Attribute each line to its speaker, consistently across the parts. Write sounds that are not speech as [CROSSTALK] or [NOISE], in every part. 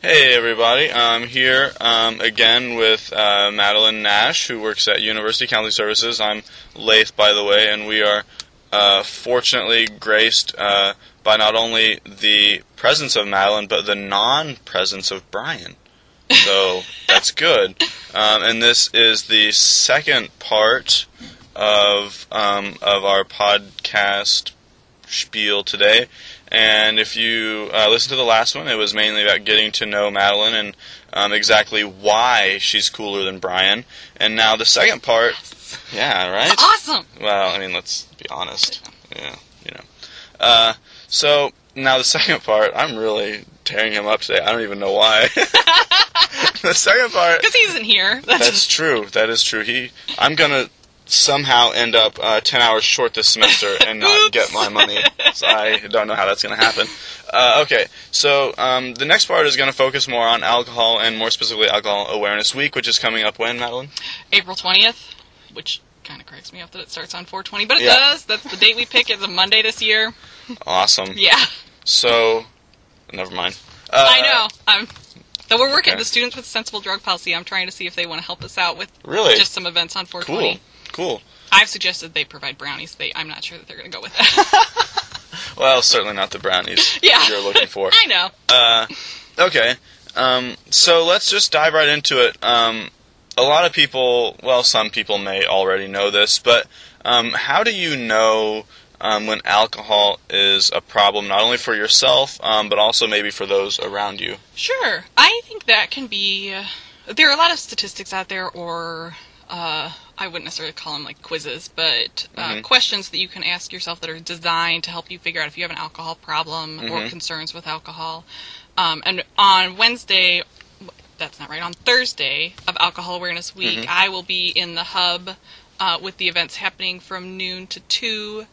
Speaker 1: Hey everybody, I'm here um, again with uh, Madeline Nash, who works at University Counseling Services. I'm Laith, by the way, and we are uh, fortunately graced uh, by not only the presence of Madeline, but the non-presence of Brian. So that's good. Um, and this is the second part of um, of our podcast spiel today. And if you uh, listen to the last one, it was mainly about getting to know Madeline and um, exactly why she's cooler than Brian. And now the second part, yeah, right.
Speaker 2: Awesome.
Speaker 1: Well, I mean, let's be honest. Yeah, you know. Uh, so now the second part, I'm really tearing him up today. I don't even know why. [LAUGHS] the second part.
Speaker 2: Because he isn't here. That's,
Speaker 1: That's true. That is true. He. I'm gonna somehow end up uh, ten hours short this semester and not
Speaker 2: Oops.
Speaker 1: get my money. So I don't know how that's gonna happen. Uh, okay, so um, the next part is gonna focus more on alcohol and more specifically Alcohol Awareness Week, which is coming up when, Madeline?
Speaker 2: April 20th, which kind of cracks me up that it starts on 420, but it
Speaker 1: Yeah.
Speaker 2: does. That's the date we pick. It's a Monday this
Speaker 1: [LAUGHS]
Speaker 2: year.
Speaker 1: Awesome.
Speaker 2: [LAUGHS] Yeah,
Speaker 1: So, never mind. Uh,
Speaker 2: I know. I'm, though we're working
Speaker 1: okay.
Speaker 2: the students with sensible drug policy. I'm trying to see if they want to help us out with
Speaker 1: Really?
Speaker 2: just some events on
Speaker 1: cool.
Speaker 2: 420.
Speaker 1: Cool.
Speaker 2: I've suggested they provide brownies. They, I'm not sure that they're going to go with that. [LAUGHS]
Speaker 1: Well, certainly not the brownies
Speaker 2: yeah,
Speaker 1: you're looking for.
Speaker 2: I know.
Speaker 1: Uh, okay. Um, so let's just dive right into it. Um, a lot of people, well, some people may already know this, but um, how do you know um, when alcohol is a problem, not only for yourself, um, but also maybe for those around you? [LAUGHS]
Speaker 2: Sure. I think that can be. uh, There are a lot of statistics out there, or uh, I wouldn't necessarily call them like quizzes, but uh,
Speaker 1: Mhm.
Speaker 2: questions that you can ask yourself that are designed to help you figure out if you have an alcohol problem or
Speaker 1: Mhm.
Speaker 2: concerns with alcohol. Um, and on Wednesday, that's not right, on Thursday of Alcohol Awareness Week,
Speaker 1: Mm-hmm.
Speaker 2: I will be in the hub uh, with the events happening from noon to 2.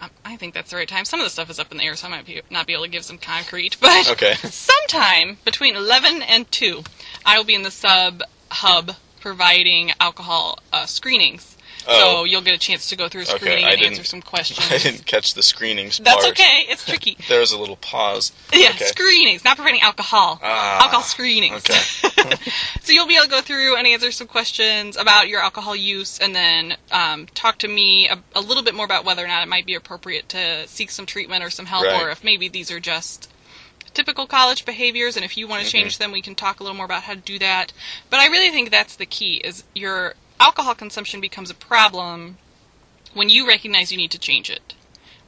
Speaker 2: Um, I think that's the right time. Some of the stuff is up in the air, so I might be, not be able to give some concrete, [LAUGHS] but
Speaker 1: Okay.
Speaker 2: sometime between 11 and 2, I will be in the sub hub providing alcohol uh, screenings.
Speaker 1: Oh.
Speaker 2: So you'll get a chance to go through a
Speaker 1: Okay,
Speaker 2: screening
Speaker 1: I
Speaker 2: and
Speaker 1: didn't-
Speaker 2: answer some questions.
Speaker 1: [LAUGHS] I didn't catch the screenings
Speaker 2: That's
Speaker 1: part.
Speaker 2: okay. It's
Speaker 1: [LAUGHS]
Speaker 2: tricky.
Speaker 1: There was a little pause.
Speaker 2: Yeah,
Speaker 1: Okay.
Speaker 2: screenings, not providing alcohol.
Speaker 1: Ah,
Speaker 2: alcohol screenings.
Speaker 1: okay.
Speaker 2: [LAUGHS] so you'll be able to go through and answer some questions about your alcohol use and then um, talk to me a, a little bit more about whether or not it might be appropriate to seek some treatment or some help
Speaker 1: Right.
Speaker 2: or if maybe these are just typical college behaviors and if you want to
Speaker 1: Mm-hmm.
Speaker 2: change them we can talk a little more about how to do that but i really think that's the key is your alcohol consumption becomes a problem when you recognize you need to change it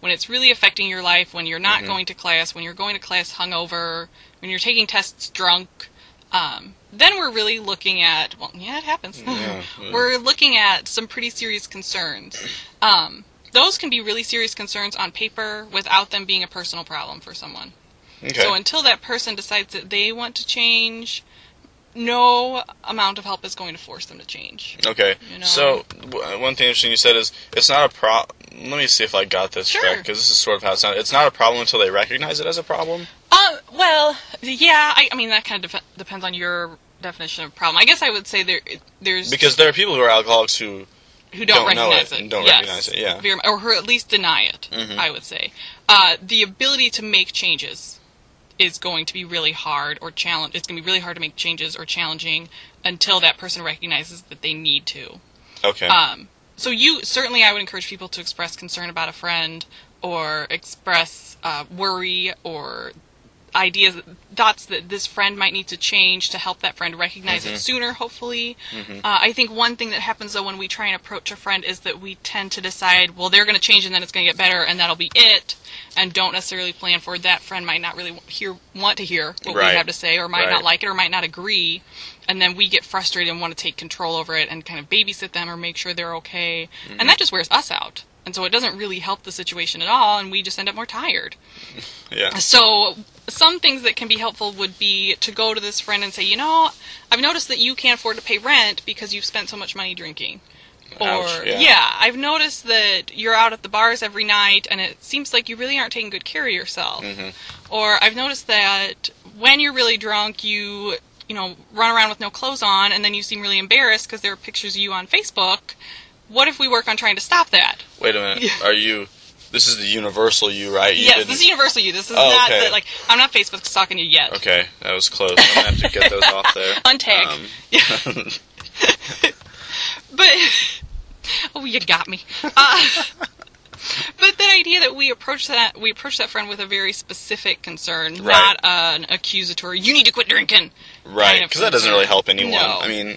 Speaker 2: when it's really affecting your life when you're
Speaker 1: Mm-hmm.
Speaker 2: not going to class when you're going to class hungover when you're taking tests drunk um, then we're really looking at well yeah it happens [LAUGHS]
Speaker 1: Yeah, yeah.
Speaker 2: we're looking at some pretty serious concerns um, those can be really serious concerns on paper without them being a personal problem for someone
Speaker 1: Okay.
Speaker 2: so until that person decides that they want to change, no amount of help is going to force them to change.
Speaker 1: Okay.
Speaker 2: You know?
Speaker 1: So w- uh, one thing interesting you said is it's not a pro. Let me see if I got this
Speaker 2: Sure.
Speaker 1: correct because this is sort of how it sounded. It's not a problem until they recognize it as a problem.
Speaker 2: Uh, well, yeah, I, I mean that kind of def- depends on your definition of problem. I guess I would say there there's
Speaker 1: Because there are people who are alcoholics who
Speaker 2: who don't,
Speaker 1: don't know
Speaker 2: recognize
Speaker 1: it
Speaker 2: it,
Speaker 1: and don't
Speaker 2: yes.
Speaker 1: recognize it, yeah. Mm-hmm.
Speaker 2: Very mu- or who at least deny it. I would say uh, the ability to make changes is going to be really hard or challenge. It's going to be really hard to make changes or challenging until that person recognizes that they need to.
Speaker 1: okay.
Speaker 2: Um, so you certainly, I would encourage people to express concern about a friend or express uh, worry or ideas, thoughts that this friend might need to change to help that friend recognize it sooner. Hopefully, uh, I think one thing that happens though when we try and approach a friend is that we tend to decide, well, they're going to change and then it's going to get better and that'll be it, and don't necessarily plan for that friend might not really wa- hear want to hear what
Speaker 1: Right.
Speaker 2: we have to say or might
Speaker 1: Right.
Speaker 2: not like it or might not agree and then we get frustrated and want to take control over it and kind of babysit them or make sure they're okay and that just wears us out and so it doesn't really help the situation at all and we just end up more tired
Speaker 1: yeah.
Speaker 2: so some things that can be helpful would be to go to this friend and say you know i've noticed that you can't afford to pay rent because you've spent so much money drinking or
Speaker 1: Ouch, yeah.
Speaker 2: i've noticed that you're out at the bars every night and it seems like you really aren't taking good care of yourself
Speaker 1: Mm-hmm.
Speaker 2: or I've noticed that when you're really drunk, you you know run around with no clothes on, and then you seem really embarrassed because there are pictures of you on Facebook. What if we work on trying to stop that? [LAUGHS]
Speaker 1: Wait a minute.
Speaker 2: Yeah.
Speaker 1: Are you This is the universal you, right? You
Speaker 2: yes,
Speaker 1: didn't-
Speaker 2: this is universal you. This is
Speaker 1: Oh,
Speaker 2: not
Speaker 1: okay.
Speaker 2: the, like I'm not Facebook stalking you yet.
Speaker 1: Okay, that was close. I'm gonna have to get those off there.
Speaker 2: [LAUGHS] Untag.
Speaker 1: Um,
Speaker 2: but [LAUGHS] oh, you got me. Uh, [LAUGHS] but that idea that we approach that we approach that friend with a very specific concern,
Speaker 1: Right.
Speaker 2: not an accusatory. You need to quit drinking.
Speaker 1: right,
Speaker 2: kind of
Speaker 1: because that doesn't really help anyone.
Speaker 2: No.
Speaker 1: I mean,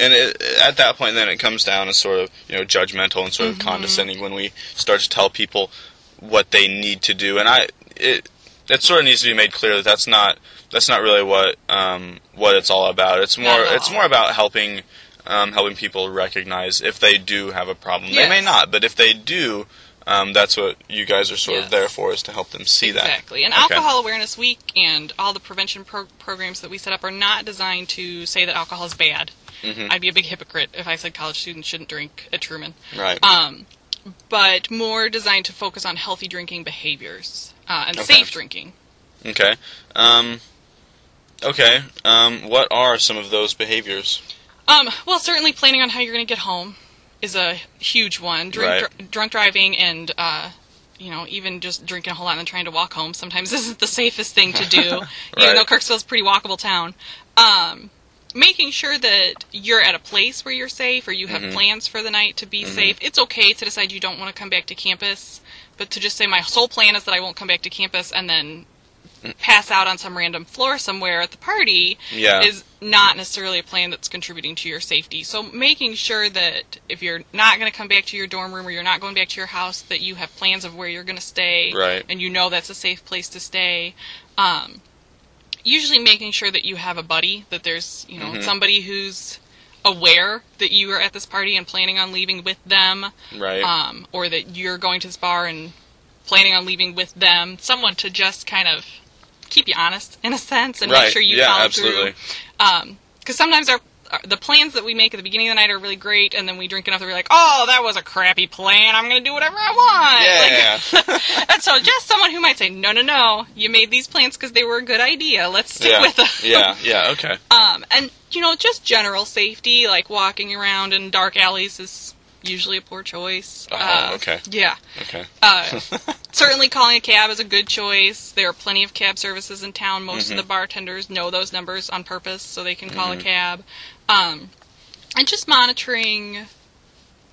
Speaker 1: and it, at that point, then it comes down as sort of you know judgmental and sort of
Speaker 2: Mm-hmm.
Speaker 1: condescending when we start to tell people what they need to do. And I, it, it sort of needs to be made clear that that's not that's not really what um, what it's all about. It's more
Speaker 2: at
Speaker 1: it's
Speaker 2: all.
Speaker 1: more about helping um, helping people recognize if they do have a problem. They may
Speaker 2: Yes.
Speaker 1: not, but if they do. Um, that's what you guys are sort of
Speaker 2: Yes.
Speaker 1: there for, is to help them see that.
Speaker 2: Exactly. And
Speaker 1: Okay.
Speaker 2: Alcohol Awareness Week and all the prevention pro- programs that we set up are not designed to say that alcohol is bad.
Speaker 1: Mm-hmm.
Speaker 2: I'd be a big hypocrite if I said college students shouldn't drink at Truman.
Speaker 1: Right.
Speaker 2: Um, but more designed to focus on healthy drinking behaviors uh, and
Speaker 1: Okay.
Speaker 2: safe drinking.
Speaker 1: Okay. Um, okay. Um, what are some of those behaviors?
Speaker 2: Um, well, certainly planning on how you're going to get home is a huge one. Drink,
Speaker 1: Right.
Speaker 2: dr- drunk driving and, uh, you know, even just drinking a whole lot and then trying to walk home sometimes [LAUGHS] isn't the safest thing
Speaker 1: [LAUGHS]
Speaker 2: to do,
Speaker 1: Right.
Speaker 2: even though Kirksville's a pretty walkable town. Um, making sure that you're at a place where you're safe or you have
Speaker 1: Mm-hmm.
Speaker 2: plans for the night to be safe. It's okay to decide you don't want to come back to campus, but to just say, my sole plan is that I won't come back to campus and then
Speaker 1: Mm.
Speaker 2: pass out on some random floor somewhere at the party
Speaker 1: Yeah.
Speaker 2: is not necessarily a plan that's contributing to your safety. So making sure that if you're not going to come back to your dorm room or you're not going back to your house, that you have plans of where you're going to stay,
Speaker 1: Right.
Speaker 2: And you know that's a safe place to stay. Um, usually, making sure that you have a buddy, that there's you know
Speaker 1: Mm-hmm.
Speaker 2: somebody who's aware that you are at this party and planning on leaving with them,
Speaker 1: Right.
Speaker 2: um, or that you're going to this bar and planning on leaving with them. Someone to just kind of keep you honest in a sense and
Speaker 1: right.
Speaker 2: make sure you
Speaker 1: yeah.
Speaker 2: follow
Speaker 1: Absolutely.
Speaker 2: through because Um, sometimes our, our the plans that we make at the beginning of the night are really great, and then we drink enough that we're like, "Oh, that was a crappy plan. I'm going to do whatever I want." Like, [LAUGHS]
Speaker 1: Yeah.
Speaker 2: and so, just someone who might say, "No, no, no, you made these plans because they were a good idea. Let's [LAUGHS] stick
Speaker 1: yeah.
Speaker 2: with them."
Speaker 1: [LAUGHS] yeah. Yeah. Okay.
Speaker 2: Um, and you know, just general safety, like walking around in dark alleys, is usually a poor choice. Uh,
Speaker 1: Oh, okay.
Speaker 2: Yeah.
Speaker 1: Okay. [LAUGHS]
Speaker 2: Uh, certainly, calling a cab is a good choice. There are plenty of cab services in town. Most of the
Speaker 1: Mm-hmm.
Speaker 2: bartenders know those numbers on purpose, so they can call a cab. Um, and just monitoring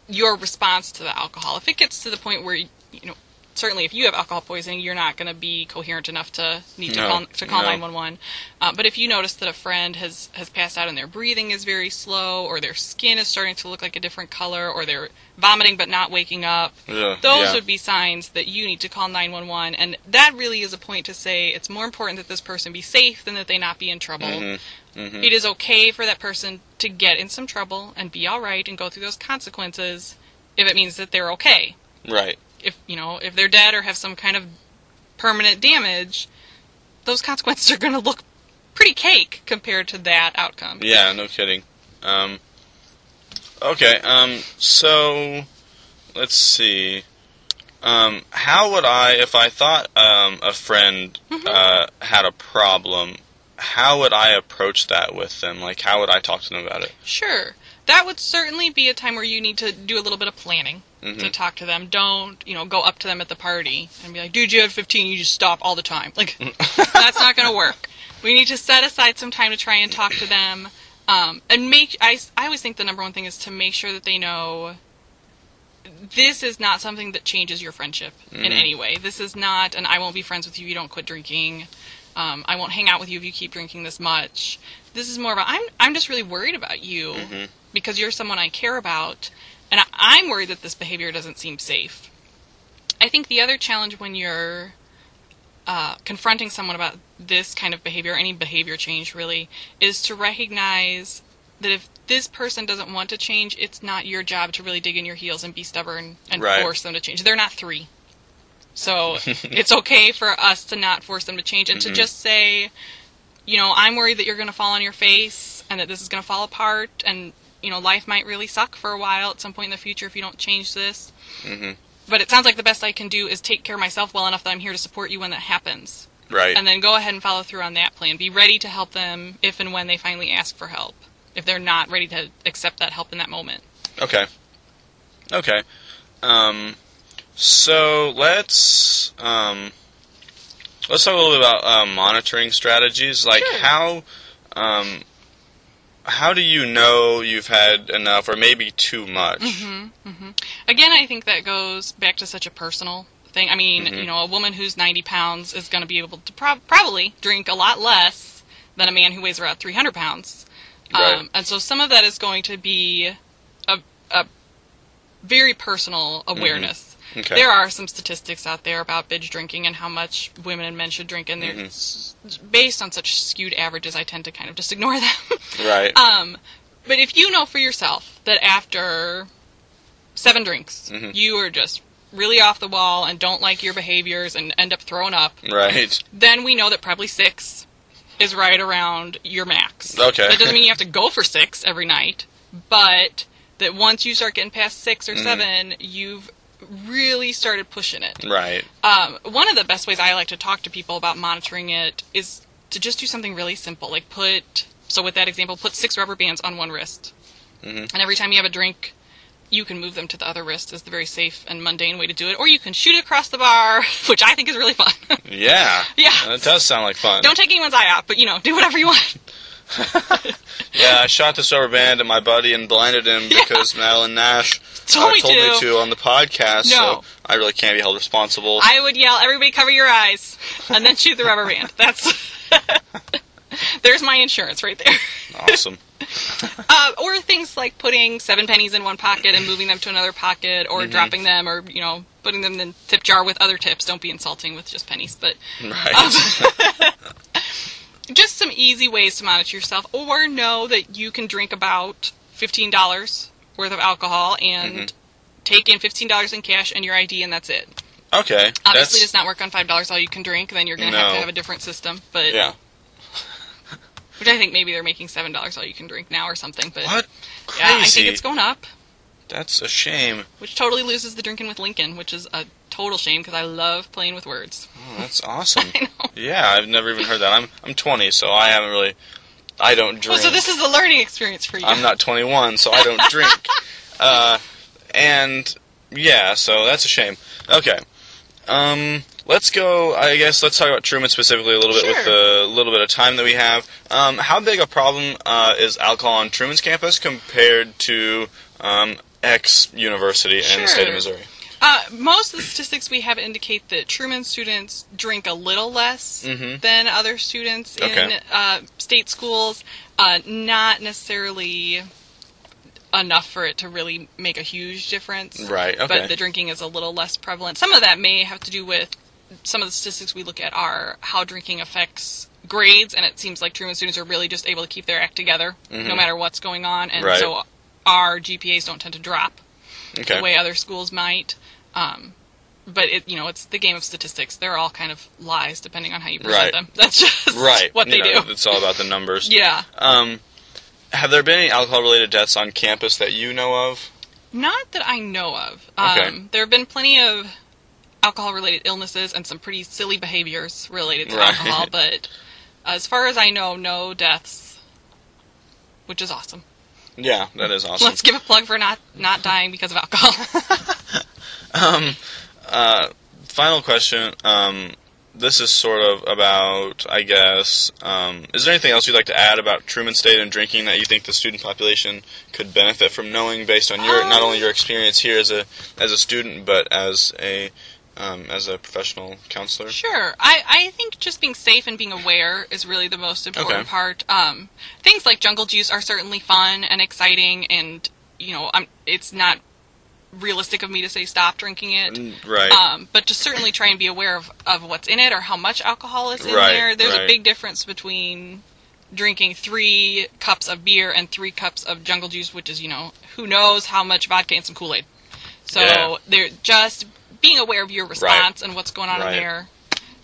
Speaker 2: your response to the alcohol. If it gets to the point where you know, certainly, if you have alcohol poisoning, you're not going to be coherent enough to need to
Speaker 1: No,
Speaker 2: call to call
Speaker 1: no.
Speaker 2: nine one one. Uh, But if you notice that a friend has has passed out and their breathing is very slow, or their skin is starting to look like a different color, or they're vomiting but not waking up
Speaker 1: Yeah.
Speaker 2: those
Speaker 1: yeah.
Speaker 2: would be signs that you need to call 911 and that really is a point to say it's more important that this person be safe than that they not be in trouble
Speaker 1: Mm-hmm,
Speaker 2: It is okay for that person to get in some trouble and be all right and go through those consequences if it means that they're okay
Speaker 1: right.
Speaker 2: if you know if they're dead or have some kind of permanent damage those consequences are going to look pretty cake compared to that outcome
Speaker 1: Yeah. No kidding. Um, okay. Um, so let's see. Um, how would I, if I thought um, a friend
Speaker 2: Mm-hmm.
Speaker 1: uh, had a problem, how would I approach that with them? Like, how would I talk to them about it?
Speaker 2: Sure. That would certainly be a time where you need to do a little bit of planning to talk to them. Don't, you know, go up to them at the party and be like, dude, you had 15, you just stop all the time. Like, that's not going to work. We need to set aside some time to try and talk to them. Um, and make, I, s- I always think the number one thing is to make sure that they know this is not something that changes your friendship in any way. This is not an I won't be friends with you, you don't quit drinking. Um, I won't hang out with you if you keep drinking this much. This is more about I'm I'm just really worried about you because you're someone I care about, and I, I'm worried that this behavior doesn't seem safe. I think the other challenge when you're uh, confronting someone about this kind of behavior, any behavior change really, is to recognize that if this person doesn't want to change, it's not your job to really dig in your heels and be stubborn and
Speaker 1: Right.
Speaker 2: force them to change. They're not three. So it's okay for us to not force them to change and to just say, you know, I'm worried that you're going to fall on your face and that this is going to fall apart and, you know, life might really suck for a while at some point in the future if you don't change this. But it sounds like the best I can do is take care of myself well enough that I'm here to support you when that happens.
Speaker 1: Right.
Speaker 2: And then go ahead and follow through on that plan. Be ready to help them if and when they finally ask for help, if they're not ready to accept that help in that moment.
Speaker 1: Okay. Okay. Um, So let's um, let's talk a little bit about uh, monitoring strategies. Like
Speaker 2: Sure.
Speaker 1: how um, how do you know you've had enough, or maybe too much?
Speaker 2: Mm-hmm. Again, I think that goes back to such a personal thing. I mean, you know, a woman who's 90 pounds is going to be able to prob- probably drink a lot less than a man who weighs around 300 pounds. Um,
Speaker 1: Right.
Speaker 2: and so some of that is going to be a, a very personal awareness.
Speaker 1: Okay.
Speaker 2: There are some statistics out there about binge drinking and how much women and men should drink, and they're s- based on such skewed averages. I tend to kind of just ignore them. [LAUGHS]
Speaker 1: Right.
Speaker 2: Um, but if you know for yourself that after seven drinks, you are just really off the wall and don't like your behaviors and end up throwing up,
Speaker 1: right.
Speaker 2: then we know that probably six is right around your max.
Speaker 1: Okay.
Speaker 2: That doesn't mean you have to go for six every night, but that once you start getting past six or seven, you've really started pushing it.
Speaker 1: Right.
Speaker 2: Um, one of the best ways I like to talk to people about monitoring it is to just do something really simple. Like put, so with that example, put six rubber bands on one wrist. And every time you have a drink, you can move them to the other wrist is the very safe and mundane way to do it. Or you can shoot it across the bar, [LAUGHS] which I think is really fun. [LAUGHS]
Speaker 1: Yeah. Uh,
Speaker 2: Yeah.
Speaker 1: That does sound like fun.
Speaker 2: Don't take anyone's eye out, but you know, do whatever you want.
Speaker 1: Yeah, I shot this rubber band at my buddy and blinded
Speaker 2: [LAUGHS]
Speaker 1: him because Madeline Nash
Speaker 2: Told
Speaker 1: uh,
Speaker 2: me
Speaker 1: told me
Speaker 2: to.
Speaker 1: to on the podcast.
Speaker 2: No.
Speaker 1: So I really can't be held responsible.
Speaker 2: I would yell, "Everybody cover your eyes," and then shoot the rubber band. That's [LAUGHS] there's my insurance right there. [LAUGHS]
Speaker 1: awesome.
Speaker 2: Uh, or things like putting seven pennies in one pocket and moving them to another pocket, or dropping them, or you know, putting them in the tip jar with other tips. Don't be insulting with just pennies, but
Speaker 1: Right.
Speaker 2: just some easy ways to monitor yourself, or know that you can drink about fifteen dollars worth of alcohol and take in fifteen dollars in cash and your ID, and that's it.
Speaker 1: [LAUGHS] okay.
Speaker 2: Obviously, it
Speaker 1: That's
Speaker 2: does not work on five dollars all you can drink. Then you're going to have to
Speaker 1: No.
Speaker 2: have a different system, but
Speaker 1: yeah.
Speaker 2: which I think maybe they're making seven dollars all you can drink now or something. But
Speaker 1: What?
Speaker 2: yeah, I
Speaker 1: Crazy.
Speaker 2: think it's going up.
Speaker 1: That's a shame.
Speaker 2: which totally loses the drinking with Lincoln, which is a total shame because I love playing with words. [LAUGHS]
Speaker 1: Oh, that's awesome. Yeah, I've never even heard that. I'm I'm 20, so I haven't really. I don't drink.
Speaker 2: Well, Oh, so this is a learning experience for you.
Speaker 1: I'm not 21, so I don't
Speaker 2: [LAUGHS]
Speaker 1: drink. Uh, and yeah, so that's a shame. Okay, um, let's go. I guess let's talk about Truman specifically a little bit with
Speaker 2: Sure.
Speaker 1: the little bit of time that we have. Um, how big a problem uh, is alcohol on Truman's campus compared to um, X University in the state of
Speaker 2: Sure.
Speaker 1: Missouri?
Speaker 2: Uh, most of the statistics we have indicate that Truman students drink a little less than other students
Speaker 1: Mm-hmm. Okay.
Speaker 2: in uh, state schools. Uh, not necessarily enough for it to really make a huge difference.
Speaker 1: Right, okay.
Speaker 2: But the drinking is a little less prevalent. Some of that may have to do with some of the statistics we look at are how drinking affects grades, and it seems like Truman students are really just able to keep their act together no matter what's going on, and
Speaker 1: Mm-hmm. Right.
Speaker 2: so our GPAs don't tend to drop
Speaker 1: Okay.
Speaker 2: the way other schools might. Um, but it, you know, it's the game of statistics. They're all kind of lies, depending on how you present
Speaker 1: Right.
Speaker 2: them. [LAUGHS] That's just
Speaker 1: Right.
Speaker 2: what they
Speaker 1: you know,
Speaker 2: do.
Speaker 1: It's all about the numbers.
Speaker 2: [LAUGHS] Yeah,
Speaker 1: Um, have there been any alcohol-related deaths on campus that you know of?
Speaker 2: not that I know of. Um,
Speaker 1: Okay.
Speaker 2: There have been plenty of alcohol-related illnesses and some pretty silly behaviors related to
Speaker 1: Right. [LAUGHS]
Speaker 2: alcohol, but as far as I know, no deaths, which is awesome. [LAUGHS]
Speaker 1: Yeah, that is awesome.
Speaker 2: Let's give a plug for not not dying because of alcohol.
Speaker 1: Final question. Um, this is sort of about, I guess. Um, is there anything else you'd like to add about Truman State and drinking that you think the student population could benefit from knowing, based on your not only your experience here as a as a student, but as a um, as a professional counselor?
Speaker 2: Sure. I, I think just being safe and being aware is really the most important
Speaker 1: Okay.
Speaker 2: part. Um, things like jungle juice are certainly fun and exciting, and you know, I'm, it's not realistic of me to say stop drinking it.
Speaker 1: Right.
Speaker 2: Um, but to certainly try and be aware of, of what's in it or how much alcohol is in
Speaker 1: Right,
Speaker 2: there. There's
Speaker 1: right.
Speaker 2: a big difference between drinking three cups of beer and three cups of jungle juice, which is, you know, who knows how much vodka and some Kool Aid. So
Speaker 1: Yeah.
Speaker 2: they're just being aware of your response and what's going on
Speaker 1: Right.
Speaker 2: in there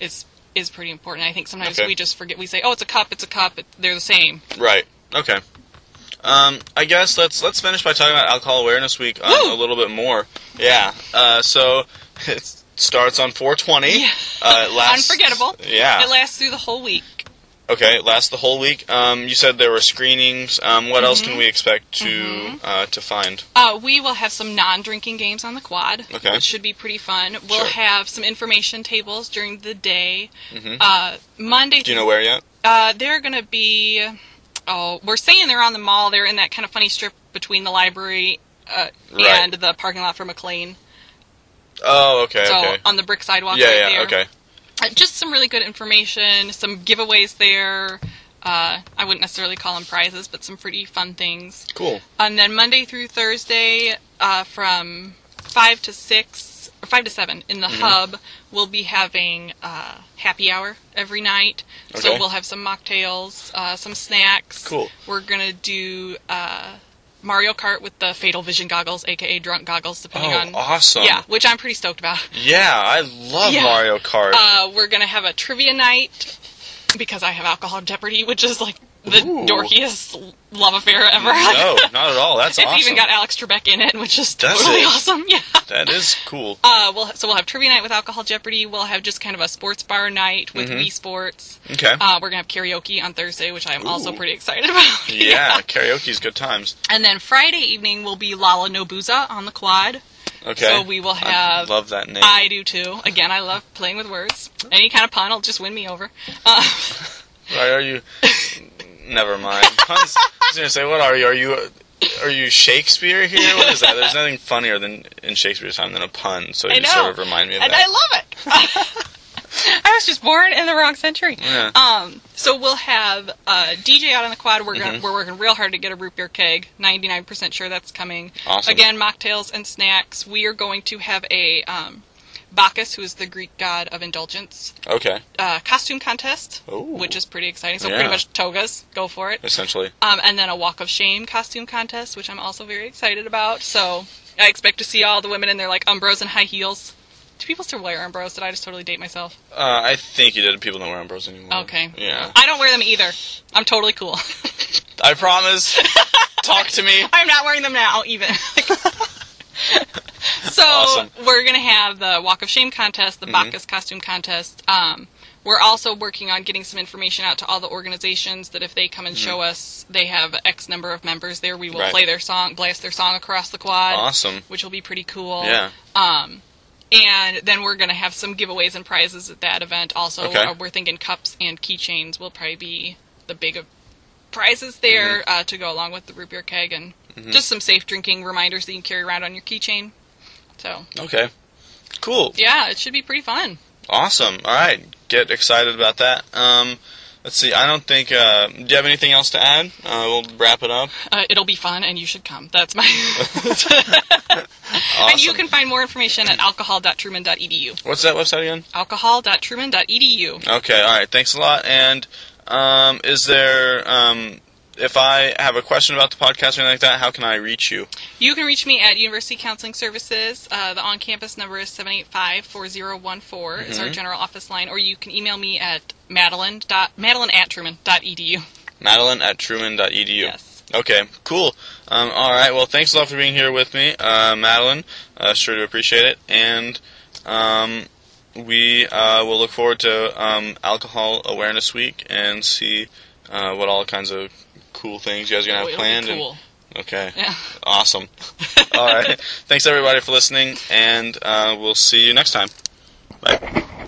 Speaker 2: is is pretty important. I think sometimes
Speaker 1: Okay.
Speaker 2: we just forget. We say, "Oh, it's a cup. It's a cup. It, they're the same."
Speaker 1: Right. Okay. Um, I guess let's let's finish by talking about Alcohol Awareness Week um,
Speaker 2: Woo!
Speaker 1: a little bit more. Yeah. Uh, so [LAUGHS] it starts on 420.
Speaker 2: Yeah.
Speaker 1: Uh, it lasts,
Speaker 2: [LAUGHS] Unforgettable.
Speaker 1: Yeah.
Speaker 2: It lasts through the whole week.
Speaker 1: Okay, lasts the whole week. Um, you said there were screenings. Um, what else
Speaker 2: Mm-hmm.
Speaker 1: can we expect to uh, to find?
Speaker 2: Uh, we will have some non-drinking games on the quad,
Speaker 1: Okay.
Speaker 2: which should be pretty fun. We'll
Speaker 1: Sure.
Speaker 2: have some information tables during the day. Uh, Monday,
Speaker 1: Mm-hmm. Do you know where yet?
Speaker 2: uh, they're going to be. Oh, we're saying they're on the mall. They're in that kind of funny strip between the library uh,
Speaker 1: Right.
Speaker 2: and the parking lot for McLean.
Speaker 1: Oh, okay,
Speaker 2: So
Speaker 1: okay.
Speaker 2: on the brick sidewalk.
Speaker 1: yeah,
Speaker 2: right
Speaker 1: yeah,
Speaker 2: there.
Speaker 1: okay.
Speaker 2: Uh, just some really good information, some giveaways there. Uh, I wouldn't necessarily call them prizes, but some pretty fun things.
Speaker 1: Cool.
Speaker 2: And then Monday through Thursday, uh, from five to six or five to seven in the
Speaker 1: Mm-hmm.
Speaker 2: hub, we'll be having uh, happy hour every night. So
Speaker 1: Okay.
Speaker 2: we'll have some mocktails, uh, some snacks.
Speaker 1: Cool.
Speaker 2: We're gonna do uh, Mario Kart with the Fatal Vision goggles, aka drunk goggles, depending
Speaker 1: Oh,
Speaker 2: on.
Speaker 1: awesome.
Speaker 2: Yeah, which I'm pretty stoked about.
Speaker 1: Yeah, I love
Speaker 2: Yeah.
Speaker 1: Mario Kart.
Speaker 2: Uh, [LAUGHS] we're gonna have a trivia night because I have alcohol jeopardy, which is like the
Speaker 1: Ooh.
Speaker 2: dorkiest love affair ever.
Speaker 1: no, not at all.
Speaker 2: [LAUGHS]
Speaker 1: That's
Speaker 2: It's
Speaker 1: awesome.
Speaker 2: even got Alex Trebek in it, which is
Speaker 1: Does
Speaker 2: totally
Speaker 1: it?
Speaker 2: awesome. [LAUGHS] Yeah.
Speaker 1: that is
Speaker 2: [LAUGHS]
Speaker 1: cool.
Speaker 2: Uh, we'll so we'll have trivia night with Alcohol Jeopardy. We'll have just kind of a sports bar night
Speaker 1: Mm-hmm.
Speaker 2: with Wii Sports.
Speaker 1: Okay.
Speaker 2: Uh, we're gonna have karaoke on Thursday, which I'm also
Speaker 1: Ooh.
Speaker 2: pretty excited [LAUGHS]
Speaker 1: [LAUGHS]
Speaker 2: about.
Speaker 1: yeah, karaoke's good times.
Speaker 2: And then Friday evening will be Lala Nobuza on the quad.
Speaker 1: Okay.
Speaker 2: So we will
Speaker 1: I
Speaker 2: have
Speaker 1: love that name.
Speaker 2: I do too. Again, I love playing with words. Any kind of pun will just win me over.
Speaker 1: [LAUGHS]
Speaker 2: Uh,
Speaker 1: Why are you? Never
Speaker 2: [LAUGHS]
Speaker 1: mind. Puns. I was gonna say, what are you? Are you? uh, Are you Shakespeare here? What is that? There's nothing funnier than in Shakespeare's time than a pun. So
Speaker 2: I
Speaker 1: you
Speaker 2: know.
Speaker 1: sort of remind me of
Speaker 2: [LAUGHS] and
Speaker 1: that.
Speaker 2: I love it. [LAUGHS] I was just born in the wrong century.
Speaker 1: Yeah.
Speaker 2: Um, so we'll have uh, DJ out on the quad. We're
Speaker 1: Mm-hmm.
Speaker 2: gonna, we're working real hard to get a root beer keg. Ninety nine percent sure that's coming.
Speaker 1: Awesome.
Speaker 2: Again, mocktails and snacks. We are going to have a um, Bacchus, who is the Greek god of indulgence,
Speaker 1: okay.
Speaker 2: uh, costume contest,
Speaker 1: Ooh.
Speaker 2: which is pretty exciting. So
Speaker 1: Oh. Yeah.
Speaker 2: pretty much togas, go for it.
Speaker 1: Essentially.
Speaker 2: Um, and then a Walk of Shame costume contest, which I'm also very excited about. So I expect to see all the women in their like umbros and high heels. Do people still wear umbros? Did I just totally date myself?
Speaker 1: Uh, I think you did. People don't wear umbrellas anymore.
Speaker 2: Okay.
Speaker 1: Yeah.
Speaker 2: I don't wear them either. I'm totally cool. [LAUGHS]
Speaker 1: I promise. Talk to me.
Speaker 2: I'm not wearing them now,
Speaker 1: [LAUGHS]
Speaker 2: even. so
Speaker 1: Awesome. Mm-hmm.
Speaker 2: we're gonna have the Walk of Shame contest, the Bacchus costume contest. Um, we're also working on getting some information out to all the organizations that if they come and show us, they have X number of members there. We will
Speaker 1: Mm-hmm. Right.
Speaker 2: play their song, blast their song across the quad.
Speaker 1: Awesome.
Speaker 2: which will be pretty cool.
Speaker 1: Yeah.
Speaker 2: Um, And then we're going to have some giveaways and prizes at that event. Also,
Speaker 1: Okay.
Speaker 2: uh, we're thinking cups and keychains will probably be the big of prizes there
Speaker 1: Mm-hmm.
Speaker 2: uh, to go along with the root beer keg and just some safe drinking reminders that you can carry around on your keychain. So,
Speaker 1: Okay. Cool.
Speaker 2: yeah, it should be pretty fun.
Speaker 1: Awesome. All right. Get excited about that. Um, let's see. I don't think. Uh, do you have anything else to add? Uh, we'll wrap it up.
Speaker 2: Uh, it'll be fun, and you should come.
Speaker 1: [LAUGHS]
Speaker 2: That's my.
Speaker 1: Awesome.
Speaker 2: And you can find more information at alcohol.truman.edu.
Speaker 1: What's that website again?
Speaker 2: E Alcohol.truman.edu.
Speaker 1: Okay, all right. Thanks a lot. And um, is there, um, if I have a question about the podcast or anything like that, how can I reach you?
Speaker 2: You can reach me at University Counseling Services. Uh, the on campus number is 785 4014. It's our
Speaker 1: Mm-hmm.
Speaker 2: general office line. Or you can email me at madeline, dot, madeline at truman.edu.
Speaker 1: Madeline at truman.edu.
Speaker 2: Yes.
Speaker 1: Okay, cool. Um, all right, well, thanks a lot for being here with me, uh, Madeline. Uh, sure to appreciate it. And um, we uh, will look forward to um, Alcohol Awareness Week and see uh, what all kinds of cool things you guys are going
Speaker 2: Oh, It'll
Speaker 1: to
Speaker 2: be
Speaker 1: have planned. and-
Speaker 2: cool.
Speaker 1: okay.
Speaker 2: Yeah.
Speaker 1: Awesome. All right. Thanks, everybody, for listening, and uh, we'll see you next time. Bye.